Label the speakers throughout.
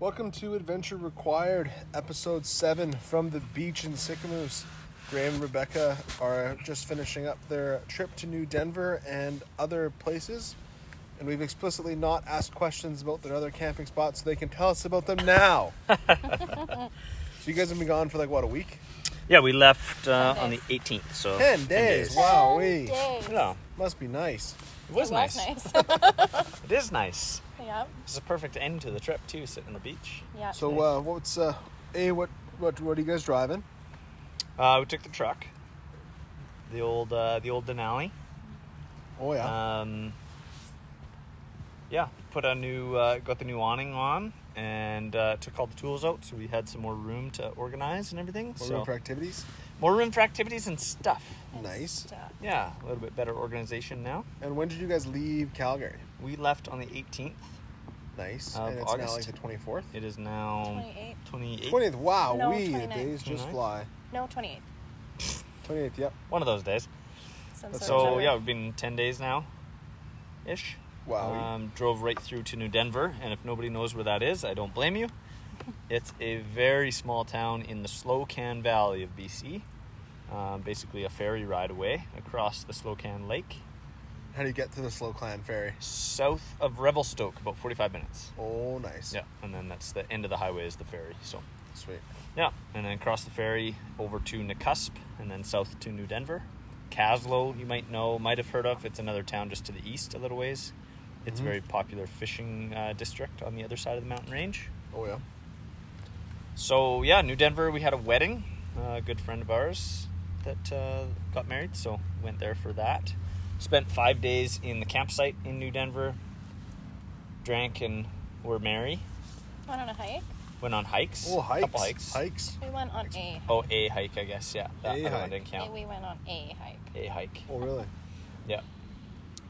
Speaker 1: Welcome to Adventure Required, episode 7 from the beach in Sycamoose. Graham and Rebecca are just finishing up their trip to New Denver and other places, and we've explicitly not asked questions about their other camping spots, so they can tell us about them now. so, you guys have been gone for like what, a week?
Speaker 2: Yeah, we left uh, on the
Speaker 3: days.
Speaker 2: 18th, so
Speaker 1: 10 days.
Speaker 2: Oh,
Speaker 1: Wow,
Speaker 3: Ten
Speaker 1: we.
Speaker 3: days.
Speaker 2: Yeah,
Speaker 1: Must be nice.
Speaker 2: it was,
Speaker 3: It
Speaker 2: nice.
Speaker 3: nice.
Speaker 2: It is nice.
Speaker 3: yep.
Speaker 2: It's a perfect end to the trip too, sitting on the beach.
Speaker 3: Yep.
Speaker 1: So, uh, what's, uh, A, what, what, what are you guys driving?
Speaker 2: Uh, we took the truck, the old uh, the old Denali.
Speaker 1: Oh, yeah.
Speaker 2: Um, yeah, put a new uh, got the new awning on and uh, took all the tools out, so we had some more room to organize and everything.
Speaker 1: More
Speaker 2: so
Speaker 1: room for activities?
Speaker 2: more room for activities and stuff.
Speaker 1: Nice.
Speaker 3: Stuff.
Speaker 2: Yeah, a little bit better organization now.
Speaker 1: And when did you guys leave Calgary?
Speaker 2: We left on the 18th.
Speaker 1: Nice.
Speaker 2: Of
Speaker 1: and it's now like the
Speaker 2: August.
Speaker 1: 24th.
Speaker 2: It is now 28th.
Speaker 3: 28th.
Speaker 1: 20th. Wow,
Speaker 3: No,
Speaker 1: we the
Speaker 3: 29th.
Speaker 1: days just
Speaker 2: 29th?
Speaker 1: fly.
Speaker 3: No, 28th.
Speaker 1: 28th. Yep.
Speaker 2: One of those days.
Speaker 3: Since
Speaker 2: So
Speaker 3: September.
Speaker 2: yeah, we've been ten days now, ish.
Speaker 1: Wow.
Speaker 2: Um, drove right through to New Denver, and if nobody knows where that is, I don't blame you. It's a very small town in the Slocan Valley of BC. Um, basically, a ferry ride away across the Slocan Lake,
Speaker 1: How do you get to the Slow Clan ferry?
Speaker 2: south of Revelstoke, about forty-five minutes.
Speaker 1: Oh, nice.
Speaker 2: Yeah, and then that's the end of the highway is the ferry. So
Speaker 1: Sweet.
Speaker 2: yeah, and then across the ferry over to Nakusp, and then south to New Denver. Caslow, you might know, might have heard of. It's another town just to the east a little ways. It's
Speaker 1: Mhm.
Speaker 2: a very popular fishing uh, district on the other side of the mountain range.
Speaker 1: Oh yeah.
Speaker 2: So yeah, New Denver, we had a wedding. Uh, a good friend of ours that uh, got married, so went there for that. Spent five days in the campsite in New Denver. Drank and were merry.
Speaker 3: Went on a hike.
Speaker 2: Went on hikes.
Speaker 1: Oh, hikes.
Speaker 2: Couple hikes.
Speaker 1: Hikes.
Speaker 3: We went on a.
Speaker 2: Oh, a hike, I guess. Yeah, that
Speaker 1: A
Speaker 2: other
Speaker 1: hike.
Speaker 2: one didn't count.
Speaker 3: We went on a hike.
Speaker 2: A hike.
Speaker 1: Oh really?
Speaker 2: Yeah.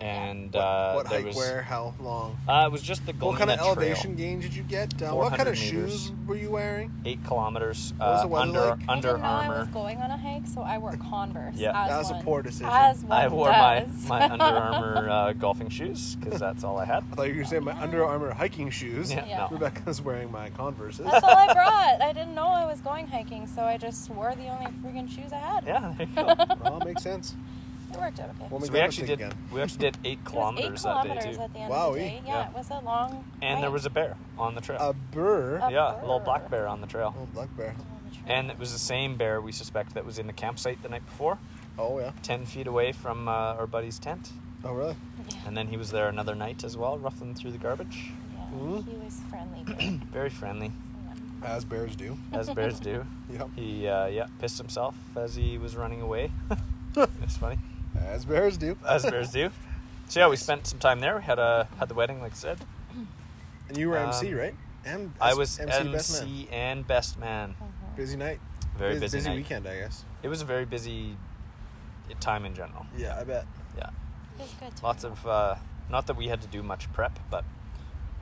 Speaker 2: And
Speaker 1: What,
Speaker 2: uh,
Speaker 1: what
Speaker 2: there
Speaker 1: hike?
Speaker 2: was,
Speaker 1: where? How long?
Speaker 2: Uh, it was just the Galena
Speaker 1: what kind of
Speaker 2: Trail.
Speaker 1: elevation gain did you get? Uh, what kind
Speaker 2: 400
Speaker 1: of shoes
Speaker 2: meters.
Speaker 1: were you wearing?
Speaker 2: Eight
Speaker 1: was
Speaker 2: kilometers. uh,
Speaker 1: the weather
Speaker 2: under
Speaker 1: like?
Speaker 2: Under
Speaker 3: I didn't know I
Speaker 2: Armour.
Speaker 3: was going on a hike, so I wore Converse.
Speaker 2: Yeah.
Speaker 3: as
Speaker 1: That was a
Speaker 3: one-
Speaker 1: poor decision.
Speaker 3: As one
Speaker 2: I wore
Speaker 3: does.
Speaker 2: my my Under Armour uh, golfing shoes because that's all I had.
Speaker 1: I thought you were going to say my Under Armour hiking shoes.
Speaker 2: Yeah,
Speaker 3: Yeah.
Speaker 2: no.
Speaker 1: Rebecca's wearing my Converses.
Speaker 3: That's all I brought. I didn't know I was going hiking, so I just wore the only freaking shoes I had.
Speaker 2: Yeah, there you go.
Speaker 1: well, makes sense.
Speaker 3: It worked out okay.
Speaker 1: We'll
Speaker 2: so
Speaker 1: make
Speaker 2: we
Speaker 1: that
Speaker 2: actually
Speaker 1: mistake
Speaker 2: did
Speaker 1: again.
Speaker 2: we actually did eight
Speaker 3: It was
Speaker 2: kilometers,
Speaker 3: eight kilometers
Speaker 2: that day too.
Speaker 3: at the end of
Speaker 1: Wowie.
Speaker 3: the day. Yeah,
Speaker 2: Yeah.
Speaker 3: it was a long.
Speaker 2: and there
Speaker 3: hike.
Speaker 2: was a bear on the trail.
Speaker 1: A burr.
Speaker 3: A-
Speaker 2: yeah, a little
Speaker 3: bear.
Speaker 2: black bear on the trail.
Speaker 1: oh, black bear.
Speaker 3: On the trail.
Speaker 2: And it was the same bear we suspect that was in the campsite the night before,
Speaker 1: Oh yeah.
Speaker 2: ten feet away from uh, our buddy's tent.
Speaker 1: Oh really?
Speaker 2: And then he was there another night as well, ruffling through the garbage.
Speaker 3: Yeah,
Speaker 1: Mhm.
Speaker 3: He was friendly. too.
Speaker 2: Very friendly,
Speaker 3: Yeah.
Speaker 1: As bears do.
Speaker 2: as bears do.
Speaker 1: Yep.
Speaker 2: He uh, yeah pissed himself as he was running away. it's funny
Speaker 1: As bears do.
Speaker 2: as bears do. So yeah, we spent some time there. We had a had the wedding, like I said.
Speaker 1: And you were
Speaker 2: Um,
Speaker 1: MC, right? M-
Speaker 2: I
Speaker 1: S-
Speaker 2: was MC,
Speaker 1: best man.
Speaker 2: and best man.
Speaker 3: Oh. Uh-huh.
Speaker 1: Busy night.
Speaker 2: Very
Speaker 1: Bus-
Speaker 2: busy, night.
Speaker 1: weekend, I guess.
Speaker 2: It was a very busy time in general.
Speaker 1: Yeah, I bet.
Speaker 2: Yeah,
Speaker 3: It was good. to
Speaker 2: lots
Speaker 3: be
Speaker 2: of uh, not that we had to do much prep, but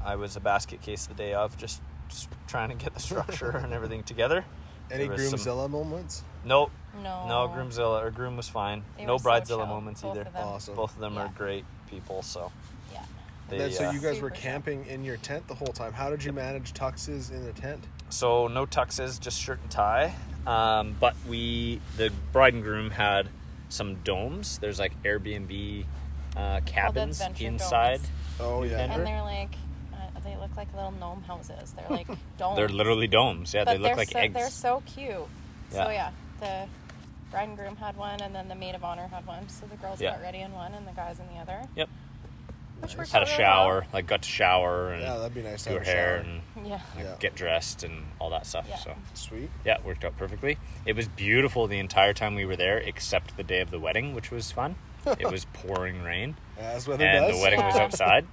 Speaker 2: I was a basket case the day of, just s- trying to get the structure and everything together.
Speaker 1: Any
Speaker 2: There was some-
Speaker 1: groomzilla moments?
Speaker 2: Nope.
Speaker 3: No.
Speaker 2: No, Groomzilla or Groom was fine.
Speaker 3: They
Speaker 2: no
Speaker 3: were so
Speaker 2: Bridezilla
Speaker 3: chill,
Speaker 2: moments
Speaker 3: both
Speaker 2: either.
Speaker 3: of them.
Speaker 1: Awesome.
Speaker 2: Both of them are
Speaker 3: Yeah.
Speaker 2: great people. So
Speaker 3: Yeah.
Speaker 2: they,
Speaker 1: And then, so
Speaker 2: uh,
Speaker 1: you guys were
Speaker 3: Super chill.
Speaker 1: camping in your tent the whole time. How did you manage tuxes in the tent?
Speaker 2: so no tuxes, just shirt and tie. Um, but we the bride and groom had some domes. There's like Airbnb uh, cabins
Speaker 3: adventure
Speaker 2: inside.
Speaker 3: domes.
Speaker 1: Oh yeah.
Speaker 2: Denver?
Speaker 3: And they're like, uh, they look like little gnome houses. They're like domes.
Speaker 2: They're literally domes. Yeah,
Speaker 3: But
Speaker 2: they look
Speaker 3: they're
Speaker 2: like
Speaker 3: so,
Speaker 2: eggs.
Speaker 3: They're so cute. So
Speaker 2: Yeah.
Speaker 3: yeah, the bride and groom had one, and then the maid of honor had one. So the girls
Speaker 2: Yeah.
Speaker 3: got ready in one, and the guys in the other.
Speaker 2: Yep.
Speaker 3: Which
Speaker 1: Nice.
Speaker 3: worked
Speaker 2: Had a
Speaker 3: out really
Speaker 2: shower. Like got to shower and
Speaker 1: Yeah, that'd be nice to
Speaker 2: do
Speaker 1: have
Speaker 2: her
Speaker 1: a shower.
Speaker 2: hair and
Speaker 3: well. Yeah.
Speaker 2: like,
Speaker 1: Yeah.
Speaker 2: get dressed and all that stuff.
Speaker 3: Yeah.
Speaker 2: So.
Speaker 1: Sweet.
Speaker 2: Yeah, it worked out perfectly. It was beautiful the entire time we were there, except the day of the wedding, which was fun. it was pouring rain,
Speaker 1: As weather
Speaker 2: and
Speaker 1: does.
Speaker 2: the wedding was
Speaker 3: Yeah.
Speaker 2: outside.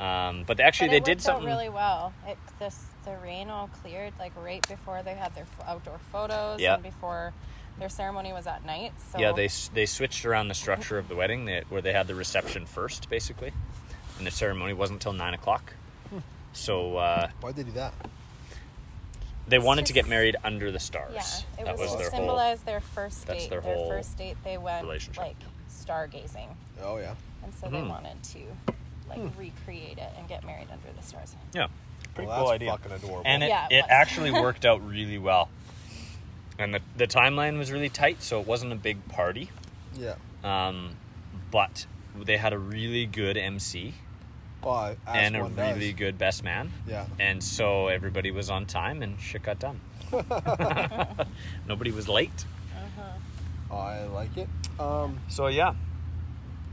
Speaker 2: Um, but actually,
Speaker 3: But
Speaker 2: they
Speaker 3: it
Speaker 2: did
Speaker 3: worked
Speaker 2: something.
Speaker 3: out really well. It this the rain all cleared like right before they had their f- outdoor photos
Speaker 2: Yeah.
Speaker 3: and before their ceremony was at night. So
Speaker 2: Yeah, they s- they switched around the structure of the wedding, they, where they had the reception first, basically, and the ceremony wasn't till nine o'clock. So uh,
Speaker 1: Why'd they do that?
Speaker 2: they
Speaker 3: It's
Speaker 2: wanted to get
Speaker 3: just-
Speaker 2: married under the stars.
Speaker 3: yeah, it
Speaker 2: that
Speaker 3: was,
Speaker 2: was,
Speaker 3: to
Speaker 2: their whole.
Speaker 3: symbolize their first
Speaker 2: that's
Speaker 3: date.
Speaker 2: their whole
Speaker 3: first date they went
Speaker 2: relationship.
Speaker 3: like stargazing,
Speaker 1: Oh yeah.
Speaker 3: and so they
Speaker 2: Mhm.
Speaker 3: wanted to like recreate it and get married under the stars.
Speaker 2: Hmm. Yeah, pretty
Speaker 1: Well,
Speaker 2: cool
Speaker 1: that's
Speaker 2: idea.
Speaker 1: fucking adorable.
Speaker 2: And it,
Speaker 3: Yeah, it
Speaker 2: it
Speaker 3: was.
Speaker 2: actually worked out really well. And the, the timeline was really tight, so it wasn't a big party.
Speaker 1: Yeah.
Speaker 2: Um, but they had a really good MC
Speaker 1: Well, as
Speaker 2: and a
Speaker 1: Oh, one does.
Speaker 2: really good best man.
Speaker 1: Yeah.
Speaker 2: And so everybody was on time and shit got done. Nobody was late.
Speaker 1: Oh, I like it. Um,
Speaker 2: So, yeah.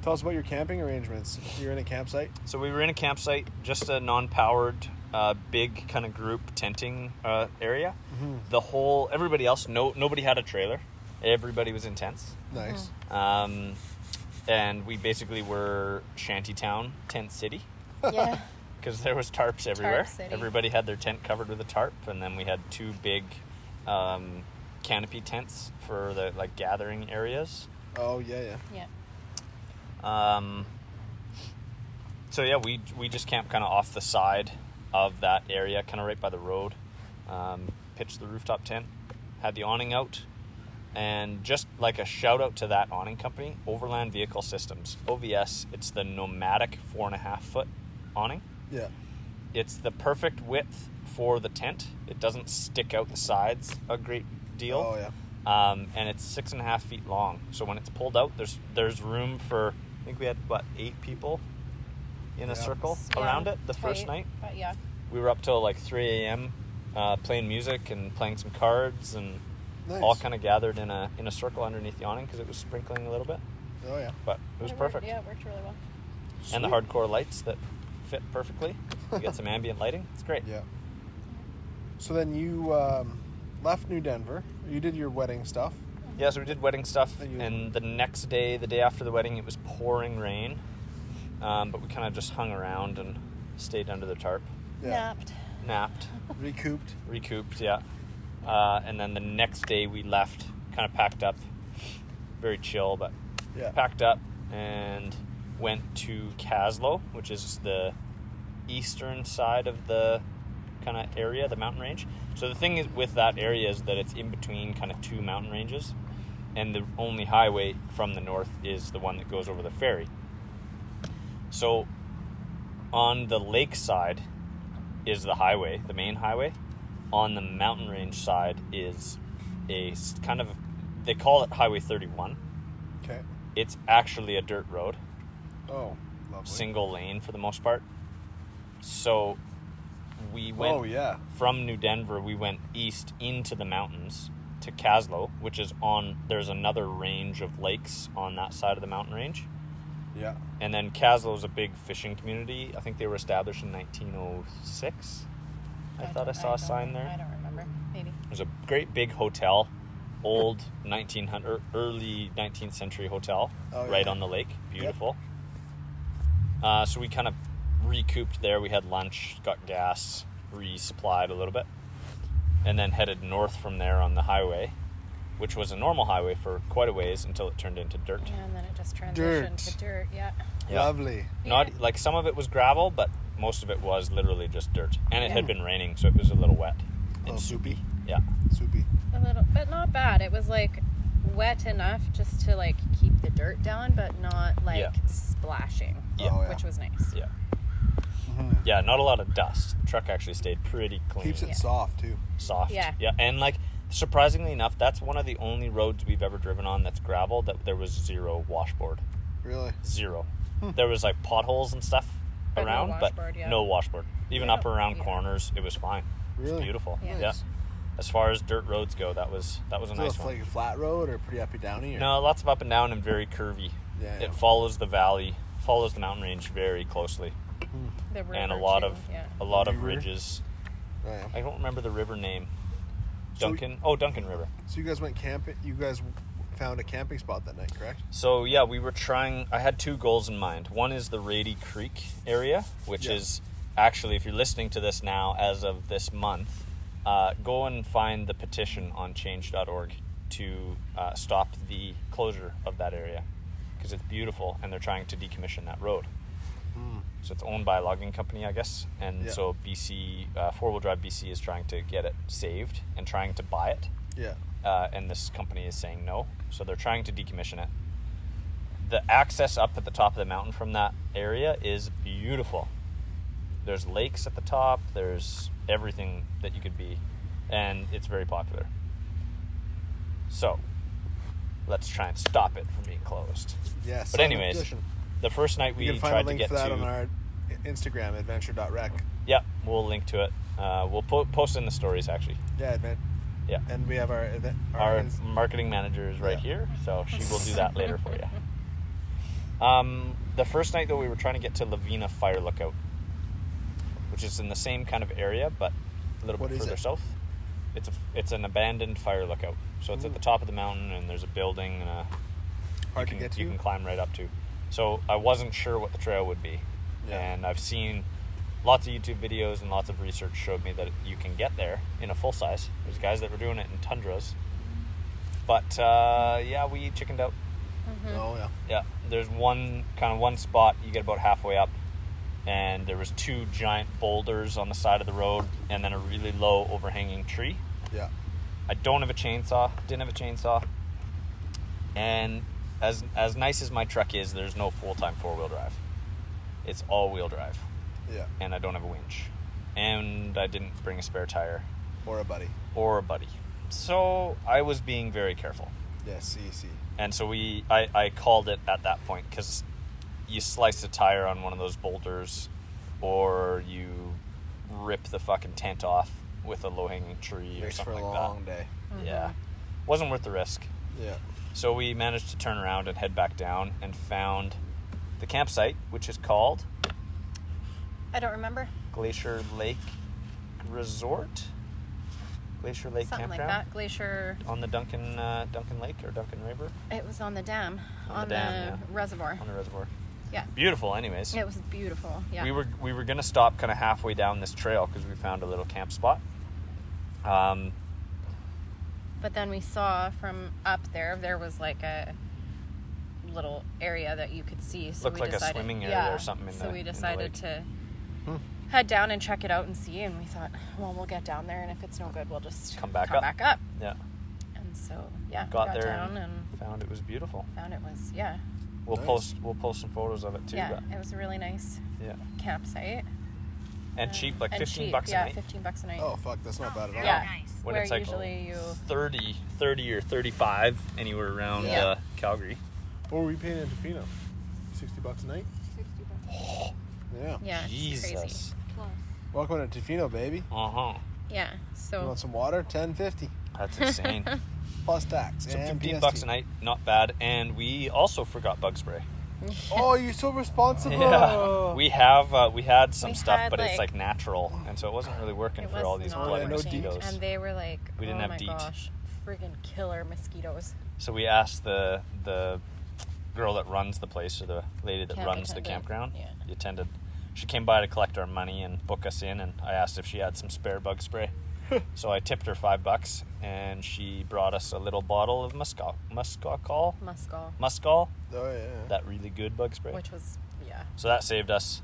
Speaker 1: tell us about your camping arrangements. You're in a campsite.
Speaker 2: So we were in a campsite, just a non-powered, uh, big kind of group tenting uh, area.
Speaker 1: Mm-hmm.
Speaker 2: The whole everybody else, no nobody had a trailer. Everybody was in tents,
Speaker 1: Nice.
Speaker 2: um, and we basically were shantytown tent city
Speaker 3: yeah.
Speaker 2: because there was tarps everywhere.
Speaker 3: city.
Speaker 2: everybody had their tent covered with a tarp, and then we had two big um, canopy tents for the like gathering areas.
Speaker 1: Oh yeah, yeah.
Speaker 3: Yeah.
Speaker 2: Um, so yeah, we we just camped kind of off the side of that area, kind of right by the road. Um, pitched the rooftop tent, had the awning out, and just like a shout out to that awning company, Overland Vehicle Systems (OVS). It's the nomadic four and a half foot awning.
Speaker 1: Yeah.
Speaker 2: It's the perfect width for the tent. It doesn't stick out the sides a great deal
Speaker 1: Oh yeah.
Speaker 2: um, and it's six and a half feet long. So when it's pulled out, there's there's room for I think we had what eight people in
Speaker 1: Yeah.
Speaker 2: a circle
Speaker 3: Yeah,
Speaker 2: around it the first
Speaker 3: tight,
Speaker 2: night.
Speaker 3: But yeah.
Speaker 2: We were up till like three a.m. Uh, playing music and playing some cards and
Speaker 1: Nice.
Speaker 2: all kind of gathered in a in a circle underneath the awning because it was sprinkling a little bit,
Speaker 1: of. Oh yeah.
Speaker 2: but it was
Speaker 3: worked-
Speaker 2: perfect.
Speaker 3: yeah, it worked really well.
Speaker 2: and the
Speaker 1: Sweet.
Speaker 2: hardcore lights that fit perfectly. You get some ambient lighting. It's great.
Speaker 1: Yeah. So then you um, left New Denver. You did your wedding stuff.
Speaker 2: Yeah, so we did wedding stuff,
Speaker 1: That you-
Speaker 2: and the next day, the day after the wedding, it was pouring rain. Um, but we kind of just hung around and stayed under the tarp,
Speaker 3: Napped.
Speaker 2: napped,
Speaker 1: Recouped.
Speaker 2: recouped, yeah. Uh, and then the next day, we left, kind of packed up, very chill, but
Speaker 1: Yeah.
Speaker 2: packed up and went to Caslow, which is the eastern side of the kind of area, the mountain range. So the thing is with that area is that it's in between kind of two mountain ranges, and the only highway from the north is the one that goes over the ferry. So on the lake side is the highway, the main highway. On the mountain range side is a s- kind of they call it Highway 31
Speaker 1: Okay.
Speaker 2: it's actually a dirt road,
Speaker 1: Oh, lovely.
Speaker 2: single lane for the most part. So we went
Speaker 1: oh yeah.
Speaker 2: from New Denver, we went east into the mountains to Caslow, which is on there's another range of lakes on that side of the mountain range.
Speaker 1: Yeah.
Speaker 2: And then Caslow is a big fishing community. I think they were established in 1906. I, thought I
Speaker 3: don't-
Speaker 2: saw a
Speaker 3: don't-
Speaker 2: sign
Speaker 3: I
Speaker 2: there.
Speaker 3: don't remember. Maybe.
Speaker 2: There's a great big hotel, old 1900 early 19th century hotel
Speaker 1: Oh, yeah.
Speaker 2: right on the lake. Beautiful. Uh, so we kind of recouped there. We had lunch, got gas, resupplied a little bit, and then headed north from there on the highway, which was a normal highway for quite a ways until it turned into dirt.
Speaker 3: Yeah, and then it just transitioned
Speaker 1: Dirt.
Speaker 3: to dirt. Yeah.
Speaker 2: Yeah.
Speaker 1: Lovely.
Speaker 3: Yeah.
Speaker 2: Not like some of it was gravel, but most of it was literally just dirt. And it had
Speaker 1: Mm.
Speaker 2: been raining, so it was a little wet and
Speaker 1: Oh.
Speaker 2: soupy. Yeah.
Speaker 1: Soupy.
Speaker 3: A little, but not bad. It was like wet enough just to like keep the dirt down, but not like
Speaker 2: Yeah.
Speaker 3: splashing,
Speaker 2: Yeah.
Speaker 1: Oh, yeah.
Speaker 3: which was nice.
Speaker 2: Yeah.
Speaker 1: Mhm.
Speaker 2: Yeah, not a lot of dust. The truck actually stayed pretty clean.
Speaker 1: Keeps it
Speaker 3: Yeah.
Speaker 1: soft too.
Speaker 2: soft.
Speaker 3: Yeah.
Speaker 2: and like surprisingly enough, that's one of the only roads we've ever driven on that's gravel that there was zero washboard.
Speaker 1: Really.
Speaker 2: Zero.
Speaker 1: Hmm.
Speaker 2: There was like potholes and stuff
Speaker 3: But no
Speaker 2: around, but
Speaker 3: washboard, yeah.
Speaker 2: no washboard. Even
Speaker 3: Yeah.
Speaker 2: up around
Speaker 3: Yeah.
Speaker 2: corners, it was fine. It was
Speaker 1: Really?
Speaker 2: beautiful.
Speaker 3: Yeah.
Speaker 2: Yeah. As far as dirt roads go, that was that was a
Speaker 1: Is
Speaker 2: nice
Speaker 1: it
Speaker 2: one.
Speaker 1: like a flat road or pretty uppy downy? Or?
Speaker 2: No, lots of up and down and very curvy.
Speaker 1: Yeah, yeah.
Speaker 2: It follows the valley, follows the mountain range very closely,
Speaker 3: The river
Speaker 2: and a lot
Speaker 3: too,
Speaker 2: of
Speaker 3: yeah.
Speaker 2: a lot of
Speaker 1: River.
Speaker 2: ridges.
Speaker 1: Oh, yeah.
Speaker 2: I don't remember the river name.
Speaker 1: So-
Speaker 2: Duncan. oh, Duncan River.
Speaker 1: So you guys went camping. You guys found a camping spot that night, correct?
Speaker 2: So yeah, we were trying. I had two goals in mind. One is the Rady Creek area, which
Speaker 1: Yeah.
Speaker 2: is actually, if you're listening to this now, as of this month, uh, go and find the petition on Change.org to uh, stop the closure of that area because it's beautiful and they're trying to decommission that road. So it's owned by a logging company, I guess, and
Speaker 1: Hmm. Yeah.
Speaker 2: so BC uh, Four Wheel Drive BC is trying to get it saved and trying to buy it
Speaker 1: Yeah.
Speaker 2: uh, and this company is saying no. So they're trying to decommission it. The access up at the top of the mountain from that area is beautiful. There's lakes at the top. There's everything that you could be, and it's very popular. So, let's try and stop it from being closed.
Speaker 1: Yes.
Speaker 2: But anyways, the first night we
Speaker 1: you can find
Speaker 2: tried
Speaker 1: a link
Speaker 2: to get
Speaker 1: for that
Speaker 2: to.
Speaker 1: on our Instagram adventure.rec.
Speaker 2: yeah, we'll link to it. Uh, we'll po- post in the stories actually.
Speaker 1: Yeah, man.
Speaker 2: Yeah.
Speaker 1: And we have our event-
Speaker 2: our
Speaker 1: ins-
Speaker 2: marketing manager is right
Speaker 1: Yeah.
Speaker 2: here, so she will do that later for you. Um, the first night though, we were trying to get to Lavina Fire Lookout, which is in the same kind of area, but a little
Speaker 1: What
Speaker 2: bit
Speaker 1: is
Speaker 2: further
Speaker 1: it?
Speaker 2: south. It's a, it's an abandoned fire lookout, so it's at the
Speaker 1: Ooh.
Speaker 2: top of the mountain, and there's a building and a
Speaker 1: hard
Speaker 2: you can,
Speaker 1: to get to.
Speaker 2: you can climb right up to. So I wasn't sure what the trail would be,
Speaker 1: Yeah.
Speaker 2: and I've seen lots of YouTube videos and lots of research showed me that you can get there in a full size. There's guys that were doing it in tundras, but uh, yeah, we chickened out.
Speaker 1: Oh yeah.
Speaker 2: Yeah, there's one kind of one spot you get about halfway up, and there was two giant boulders on the side of the road, and then a really low overhanging tree.
Speaker 1: Yeah.
Speaker 2: I don't have a chainsaw. Didn't have a chainsaw. And as as nice as my truck is, there's no full time four wheel drive. It's all wheel drive,
Speaker 1: Yeah.
Speaker 2: and I don't have a winch, and I didn't bring a spare tire
Speaker 1: Or a buddy.
Speaker 2: or a buddy. So I was being very careful,
Speaker 1: Yeah. See. See.
Speaker 2: and so we I, I called it at that point because you slice a tire on one of those boulders, or you rip the fucking tent off with a low hanging tree or
Speaker 1: Makes for
Speaker 2: something
Speaker 1: a
Speaker 2: like that.
Speaker 1: long day.
Speaker 2: Yeah.
Speaker 3: Mm-hmm.
Speaker 2: Wasn't worth the risk.
Speaker 1: Yeah.
Speaker 2: So we managed to turn around and head back down and found the campsite, which is called
Speaker 3: I don't remember.
Speaker 2: Glacier Lake Resort. Glacier Lake
Speaker 3: Something like
Speaker 2: Campground
Speaker 3: that. Uh-huh. Glacier.
Speaker 2: on the Duncan uh, Duncan Lake or Duncan River
Speaker 3: It was on the dam,
Speaker 2: On the
Speaker 3: on the,
Speaker 2: dam, yeah.
Speaker 3: reservoir.
Speaker 2: on the reservoir.
Speaker 3: Yeah.
Speaker 2: Beautiful, anyways.
Speaker 3: It was beautiful. Yeah.
Speaker 2: We were we were gonna stop kind of halfway down this trail because we found a little camp spot. Um,
Speaker 3: But then we saw from up there, there was like a little area that you could see. So
Speaker 2: Looked
Speaker 3: we
Speaker 2: like a
Speaker 3: decided,
Speaker 2: swimming area
Speaker 3: yeah,
Speaker 2: or something in
Speaker 3: so
Speaker 2: the-
Speaker 3: we
Speaker 2: in the
Speaker 3: decided
Speaker 2: lake. Hmm.
Speaker 3: to head down and check it out and see. And we thought, well, we'll get down there, and if it's no good, we'll just
Speaker 2: Come back
Speaker 3: come
Speaker 2: up.
Speaker 3: back up.
Speaker 2: yeah,
Speaker 3: And so yeah, we
Speaker 2: got, there
Speaker 3: Uh, down
Speaker 2: and,
Speaker 3: and
Speaker 2: found it was beautiful.
Speaker 3: found it was yeah,
Speaker 2: We'll
Speaker 1: Nice.
Speaker 2: post we'll post some photos of it too.
Speaker 3: yeah.
Speaker 2: but-
Speaker 3: It was a really nice
Speaker 2: yeah.
Speaker 3: campsite.
Speaker 2: And
Speaker 3: Um,
Speaker 2: cheap, like
Speaker 3: and
Speaker 2: fifteen
Speaker 3: cheap,
Speaker 2: bucks
Speaker 3: yeah,
Speaker 2: a night.
Speaker 3: fifteen bucks a night.
Speaker 1: Oh fuck, that's not bad at all.
Speaker 3: yeah.
Speaker 4: Nice.
Speaker 2: When
Speaker 3: Where
Speaker 2: it's like
Speaker 3: usually you
Speaker 2: 30, 30 or 35 anywhere around
Speaker 3: Yeah.
Speaker 2: uh, Calgary.
Speaker 1: What were we paying in Topino? Sixty bucks a night. Yeah.
Speaker 3: yeah, it's just crazy.
Speaker 1: Welcome to Tofino, baby.
Speaker 2: Uh huh.
Speaker 3: Yeah.
Speaker 1: You
Speaker 3: So
Speaker 1: want some water? Ten fifty
Speaker 2: That's insane.
Speaker 1: plus tax.
Speaker 2: so
Speaker 1: and
Speaker 2: 15
Speaker 1: PST.
Speaker 2: bucks a night, not bad. And we also forgot bug spray.
Speaker 1: Oh, you're so responsible.
Speaker 2: Yeah. We have, uh, we had some
Speaker 3: We
Speaker 2: stuff,
Speaker 3: had,
Speaker 2: but it's
Speaker 3: like-
Speaker 2: like natural. And so it wasn't really working
Speaker 3: it
Speaker 2: for
Speaker 3: was
Speaker 2: all these
Speaker 3: not
Speaker 2: blood
Speaker 1: Oh, Yeah, no
Speaker 3: working,
Speaker 1: DEET.
Speaker 2: mosquitoes.
Speaker 3: and they were like,
Speaker 2: We didn't
Speaker 3: oh
Speaker 2: have
Speaker 3: my
Speaker 2: DEET.
Speaker 3: gosh, friggin' killer mosquitoes.
Speaker 2: So we asked the, the girl that runs the place or the lady that
Speaker 3: Camp
Speaker 2: runs the
Speaker 3: attendant.
Speaker 2: campground,
Speaker 3: Yeah.
Speaker 2: the attendant. She came by to collect our money and book us in, and I asked if she had some spare bug spray. so I tipped her five bucks, and she brought us a little bottle of muscal, muscal,
Speaker 3: Muscal,
Speaker 2: muscal,
Speaker 1: Oh yeah.
Speaker 2: that really good bug spray.
Speaker 3: which was yeah,
Speaker 2: so that saved us.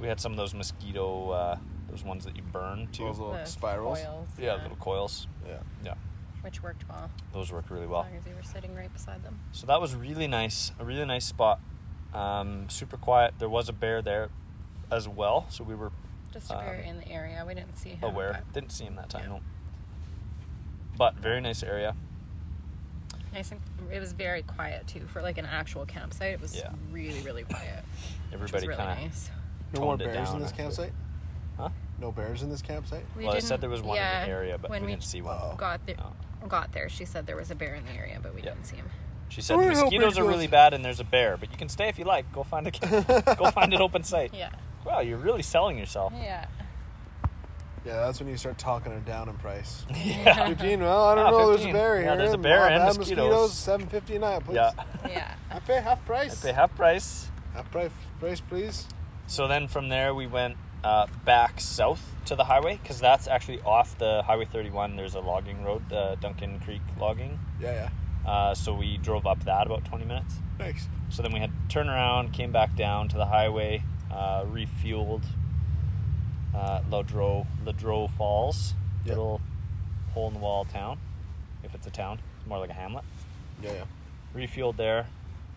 Speaker 2: We had some of those mosquito, uh, those ones that you burn too.
Speaker 1: Those little
Speaker 3: the
Speaker 1: spirals.
Speaker 3: coils,
Speaker 2: yeah, little coils.
Speaker 1: Yeah.
Speaker 2: Yeah,
Speaker 3: which worked well,
Speaker 2: those worked really
Speaker 3: as
Speaker 2: well.
Speaker 3: long as you were sitting right beside them.
Speaker 2: So that was really nice, a really nice spot. Um, super quiet. There was a bear there as well, so we were
Speaker 3: Just a bear
Speaker 2: Um,
Speaker 3: in the area. We didn't see him.
Speaker 2: aware. Didn't see him that time, no. But very nice area.
Speaker 3: but Nice and it was very quiet too for like an actual campsite. It was
Speaker 2: Yeah.
Speaker 3: really really quiet. Which was
Speaker 2: Everybody
Speaker 3: really
Speaker 2: kind of.
Speaker 3: nice.
Speaker 1: No more
Speaker 2: toned it
Speaker 1: bears in
Speaker 2: down
Speaker 1: this
Speaker 2: a bit.
Speaker 1: campsite.
Speaker 2: Huh?
Speaker 1: No bears in this campsite.
Speaker 3: We
Speaker 2: well, I
Speaker 3: didn't-
Speaker 2: said there was one
Speaker 3: yeah,
Speaker 2: in the area, but we
Speaker 3: when
Speaker 2: didn't see one.
Speaker 1: Uh-oh.
Speaker 3: got there.
Speaker 2: Oh.
Speaker 3: Got there. She said there was a bear in the area, but we
Speaker 2: Yeah.
Speaker 3: didn't see him.
Speaker 2: She said
Speaker 1: Where the hell
Speaker 2: mosquitoes
Speaker 1: bear
Speaker 2: are really
Speaker 1: goes?"
Speaker 2: bad, and there's a bear, but you can stay if you like. Go find a go find an open site.
Speaker 3: Yeah.
Speaker 2: Wow, you're really selling yourself.
Speaker 3: Yeah.
Speaker 1: Yeah, that's when you start talking her down in price.
Speaker 2: yeah.
Speaker 1: Fifteen. Well, I don't
Speaker 2: Ah,
Speaker 1: know. There's a
Speaker 2: 15.
Speaker 1: bear
Speaker 2: Yeah,
Speaker 1: here.
Speaker 2: there's a bear and
Speaker 1: bad
Speaker 2: mosquitoes.
Speaker 1: Seven fifty nine, please.
Speaker 2: Yeah.
Speaker 3: Yeah.
Speaker 1: I pay half
Speaker 2: I
Speaker 1: price.
Speaker 2: pay half price.
Speaker 1: half price, price, please.
Speaker 2: So then from there we went uh, back south to the highway because that's actually off the Highway 31. There's a logging road, uh, Duncan Creek logging.
Speaker 1: Yeah,
Speaker 2: Uh, so we drove up that about 20 minutes.
Speaker 1: yeah. Thanks.
Speaker 2: So then we had to turn around, came back down to the highway, uh, refueled uh, Ladro Ladro Falls,
Speaker 1: Yep.
Speaker 2: little hole in the wall town. If it's a town, it's more like a hamlet.
Speaker 1: Yeah, yeah.
Speaker 2: Refueled there,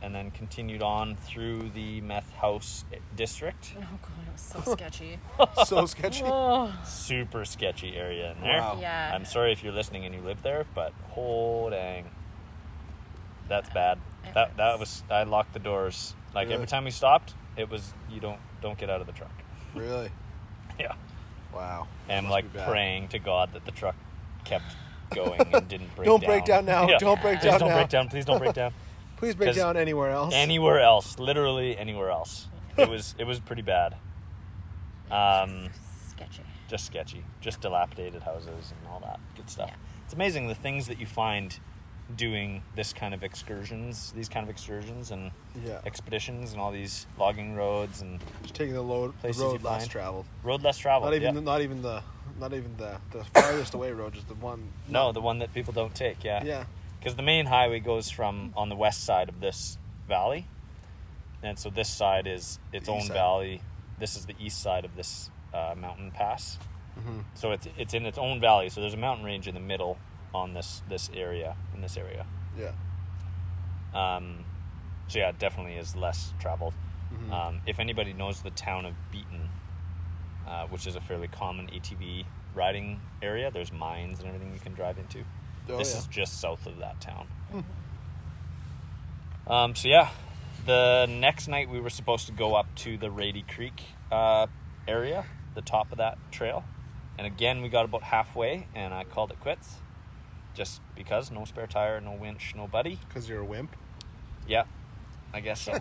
Speaker 2: and then continued on through the meth house district.
Speaker 3: Oh god, it was so sketchy.
Speaker 1: so sketchy.
Speaker 3: Oh,
Speaker 2: Super sketchy area in there.
Speaker 1: Wow.
Speaker 3: yeah.
Speaker 2: Oh, I'm sorry if you're listening and you live there, but oh dang, that's bad.
Speaker 3: It
Speaker 2: That that
Speaker 3: was-
Speaker 2: was I locked the doors. Like
Speaker 1: Really?
Speaker 2: every time we stopped, it was you don't don't get out of the truck.
Speaker 1: Really?
Speaker 2: Yeah,
Speaker 1: Wow.
Speaker 2: and
Speaker 1: Must
Speaker 2: like
Speaker 1: be bad.
Speaker 2: praying to God that the truck kept going and didn't break down.
Speaker 1: Don't break down now.
Speaker 2: Yeah.
Speaker 1: Don't break
Speaker 2: Please
Speaker 1: down
Speaker 2: don't
Speaker 1: now.
Speaker 2: break down. Please don't break down.
Speaker 1: Please break
Speaker 2: 'Cause
Speaker 1: down anywhere else.
Speaker 2: anywhere else, literally anywhere else. It was it was pretty bad. Um,
Speaker 3: sketchy.
Speaker 2: just sketchy, just dilapidated houses and all that good stuff.
Speaker 3: Yeah.
Speaker 2: It's amazing the things that you find doing this kind of excursions, these kind of excursions and
Speaker 1: yeah.
Speaker 2: expeditions, and all these logging roads and
Speaker 1: Just taking the load, the
Speaker 2: Places
Speaker 1: road
Speaker 2: you
Speaker 1: less
Speaker 2: find.
Speaker 1: traveled.
Speaker 2: road less traveled.
Speaker 1: Not even,
Speaker 2: yeah.
Speaker 1: the, not even the, not even the, the farthest away road. Just the one.
Speaker 2: no, the one that people don't take. Yeah,
Speaker 1: Yeah.
Speaker 2: Because the main highway goes from on the west side of this valley, and so this side is its
Speaker 1: The east
Speaker 2: own
Speaker 1: side.
Speaker 2: valley. This is the east side of this uh, mountain pass.
Speaker 1: hmm
Speaker 2: So it's it's in its own valley. So there's a mountain range in the middle on this this area in this area.
Speaker 1: Yeah.
Speaker 2: Um, so yeah, it definitely is less traveled.
Speaker 1: Mhm.
Speaker 2: Um, if anybody knows the town of Beaton, uh, which is a fairly common ATV riding area, there's mines and everything you can drive into.
Speaker 1: Oh,
Speaker 2: this
Speaker 1: yeah.
Speaker 2: is just south of that town.
Speaker 1: Mm-hmm.
Speaker 2: Um, so yeah, the next night we were supposed to go up to the Rady Creek uh, area, the top of that trail, and again we got about halfway and I called it quits, just because no spare tire, no winch, no buddy.
Speaker 1: Because you're a wimp.
Speaker 2: Yeah, I guess so.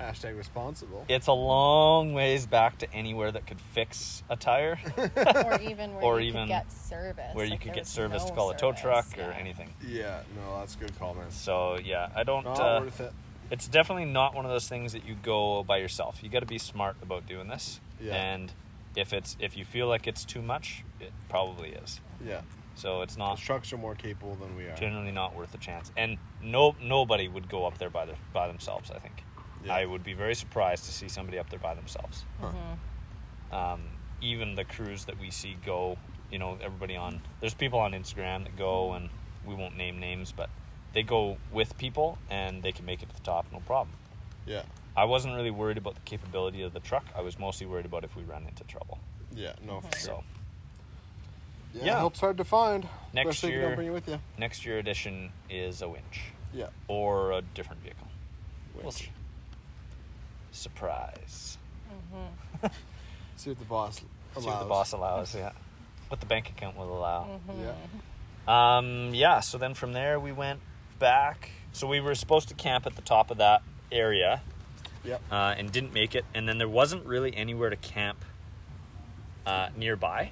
Speaker 1: Hashtag responsible.
Speaker 2: it's a long ways back to anywhere that could fix a tire,
Speaker 3: or even where
Speaker 2: Or
Speaker 3: you
Speaker 2: even
Speaker 3: could get service.
Speaker 2: where you
Speaker 3: Like,
Speaker 2: could
Speaker 3: there
Speaker 2: get
Speaker 3: was
Speaker 2: service to
Speaker 3: no
Speaker 2: call a tow
Speaker 3: service.
Speaker 2: truck or
Speaker 3: Yeah.
Speaker 2: anything.
Speaker 1: Yeah. No, that's a good call, man.
Speaker 2: So yeah, I don't.
Speaker 1: Not
Speaker 2: uh,
Speaker 1: worth it.
Speaker 2: it's definitely not one of those things that you go by yourself. You got to be smart about doing this.
Speaker 1: Yeah.
Speaker 2: And if it's if you feel like it's too much, it probably is.
Speaker 1: Yeah.
Speaker 2: So it's
Speaker 1: The
Speaker 2: not
Speaker 1: trucks are more capable than we are.
Speaker 2: generally not worth a chance. And no nobody would go up there by their, by themselves. I think.
Speaker 1: Yeah.
Speaker 2: I would be very surprised to see somebody up there by themselves.
Speaker 1: Huh.
Speaker 2: Um, even the crews that we see go, you know, everybody on. There's people on Instagram that go, and we won't name names, but they go with people, and they can make it to the top, no problem.
Speaker 1: Yeah.
Speaker 2: I wasn't really worried about the capability of the truck. I was mostly worried about if we ran into trouble.
Speaker 1: Yeah. No. For sure.
Speaker 2: So
Speaker 1: Yeah,
Speaker 2: Yeah.
Speaker 1: help's hard to find.
Speaker 2: Next
Speaker 1: especially if you don't
Speaker 2: year-
Speaker 1: bring it with you.
Speaker 2: next year edition is a winch
Speaker 1: Yeah.
Speaker 2: or a different vehicle. We'll
Speaker 1: Wait.
Speaker 2: see. Surprise.
Speaker 1: See what the boss allows.
Speaker 2: See what the boss allows. Yeah. What the bank account will allow.
Speaker 1: Yeah.
Speaker 2: Um, yeah. So then from there we went back. So we were supposed to camp at the top of that area
Speaker 1: Yep.
Speaker 2: uh, and didn't make it. And then there wasn't really anywhere to camp uh, nearby.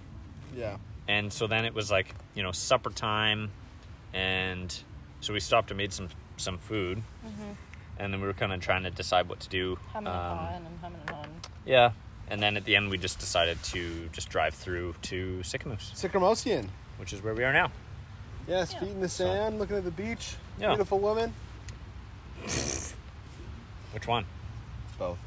Speaker 1: Yeah.
Speaker 2: and so then it was like you know supper time and so we stopped and made some some food and then we were kind of trying to decide what to do
Speaker 3: Humming
Speaker 2: Um,
Speaker 3: and hawing and humming and hawing.
Speaker 2: yeah and then at the end we just decided to just drive through to Sycamoose
Speaker 1: Sycamosian.
Speaker 2: which is where we are now
Speaker 1: Yes,
Speaker 3: Yeah.
Speaker 1: feet in the sand, looking at the beach.
Speaker 2: Yeah.
Speaker 1: Beautiful woman.
Speaker 2: which one
Speaker 1: Both.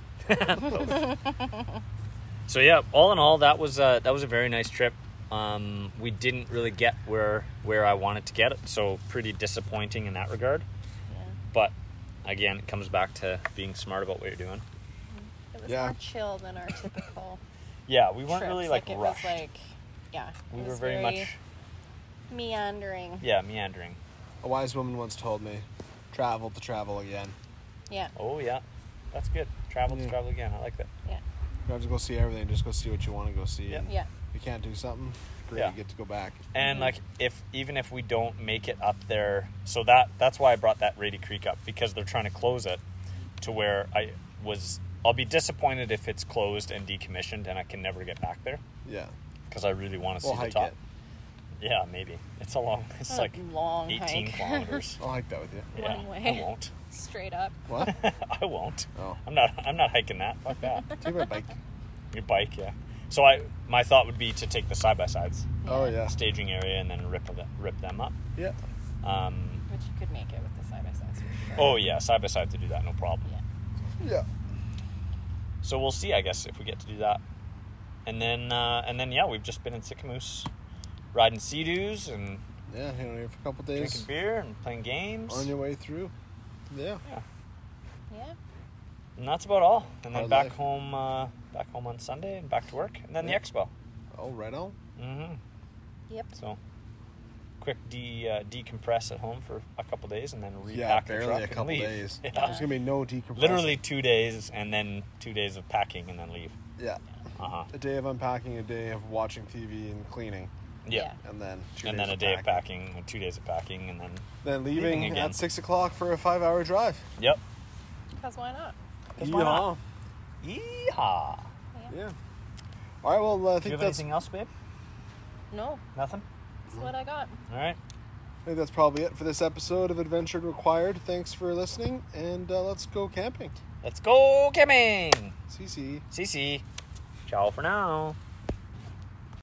Speaker 2: so yeah all in all that was uh that was a very nice trip um we didn't really get where where I wanted to get it so pretty disappointing in that regard
Speaker 3: Yeah.
Speaker 2: but again it comes back to being smart about what you're doing
Speaker 3: It was
Speaker 1: Yeah.
Speaker 3: more chill than our typical.
Speaker 2: yeah we weren't
Speaker 3: trips.
Speaker 2: really like,
Speaker 3: it
Speaker 2: rushed
Speaker 3: was like, yeah.
Speaker 2: we
Speaker 3: it
Speaker 2: were
Speaker 3: was
Speaker 2: very much
Speaker 3: meandering.
Speaker 2: Yeah, meandering.
Speaker 1: A wise woman once told me, travel to travel again.
Speaker 3: Yeah.
Speaker 2: Oh yeah, that's good. Travel
Speaker 1: Yeah.
Speaker 2: to travel again. I like that.
Speaker 3: Yeah.
Speaker 1: You don't have to go see everything, just go see what you want to go see.
Speaker 2: Yeah.
Speaker 1: And
Speaker 3: Yeah.
Speaker 1: If you can't do something, great,
Speaker 2: Yeah.
Speaker 1: you get to go back.
Speaker 2: And like, if even if we don't make it up there, so that that's why I brought that Rady Creek up because they're trying to close it to where I was. I'll be disappointed if it's closed and decommissioned and I can never get back there
Speaker 1: Yeah.
Speaker 2: because I really want to
Speaker 1: We'll
Speaker 2: see
Speaker 1: hike
Speaker 2: the top.
Speaker 1: it.
Speaker 2: Yeah, maybe it's a long. It's
Speaker 3: Not a
Speaker 2: like
Speaker 3: long
Speaker 2: eighteen
Speaker 3: hike.
Speaker 2: kilometers.
Speaker 1: I'll hike that with you.
Speaker 2: yeah,
Speaker 3: One way.
Speaker 2: I won't.
Speaker 3: Straight up.
Speaker 1: What?
Speaker 2: I won't.
Speaker 1: oh.
Speaker 2: I'm not. I'm not hiking that. Fuck that.
Speaker 1: Take my bike.
Speaker 2: Your bike, yeah. So I, my thought would be to take the side by sides.
Speaker 1: Oh, yeah.
Speaker 2: staging area and then rip the- rip them up.
Speaker 1: Yeah.
Speaker 2: Um,
Speaker 3: Which you could make it with the side by sides. for sure.
Speaker 2: oh yeah, side by side to do that, no problem.
Speaker 3: Yeah.
Speaker 1: Yeah.
Speaker 2: So we'll see, I guess, if we get to do that. And then uh, and then yeah, we've just been in Sycamoose, riding sea doos and
Speaker 1: Yeah, hang on here for a couple
Speaker 2: drinking
Speaker 1: days.
Speaker 2: beer and playing games.
Speaker 1: On your way through. Yeah.
Speaker 2: Yeah,
Speaker 3: Yeah.
Speaker 2: and that's about all. And then
Speaker 1: Hard
Speaker 2: back
Speaker 1: life.
Speaker 2: home, uh, back home on Sunday, and back to work, and then
Speaker 1: Yeah.
Speaker 2: the expo.
Speaker 1: Oh, right on.
Speaker 2: Mm-hmm.
Speaker 3: Yep.
Speaker 2: So, quick de- uh, decompress at home for a couple days, and then repack
Speaker 1: Yeah,
Speaker 2: the truck
Speaker 1: barely a
Speaker 2: and
Speaker 1: couple
Speaker 2: leave.
Speaker 1: days.
Speaker 2: Yeah.
Speaker 1: There's gonna be no decompression.
Speaker 2: Literally two days, and then two days of packing, and then leave.
Speaker 1: Yeah.
Speaker 2: Uh huh.
Speaker 1: A day of unpacking, a day of watching TV and cleaning,
Speaker 2: Yeah.
Speaker 1: and then two
Speaker 2: And
Speaker 1: days
Speaker 2: then a day of packing, and two days of packing, and then
Speaker 1: Then leaving,
Speaker 2: Leaving again.
Speaker 1: at six o'clock for a five-hour drive.
Speaker 2: yep.
Speaker 3: Because why not?
Speaker 2: 'Cause why not? Yeehaw.
Speaker 1: Yeehaw. Yeah. All right. Well, I
Speaker 2: Do you
Speaker 1: think
Speaker 2: have
Speaker 1: that's
Speaker 2: anything else, babe?
Speaker 3: No,
Speaker 2: Nothing.
Speaker 3: that's what I got.
Speaker 2: All right.
Speaker 1: I think that's probably it for this episode of Adventure Required. Thanks for listening, and uh, let's go camping.
Speaker 2: Let's go camping.
Speaker 1: CC.
Speaker 2: CC. Ciao for now.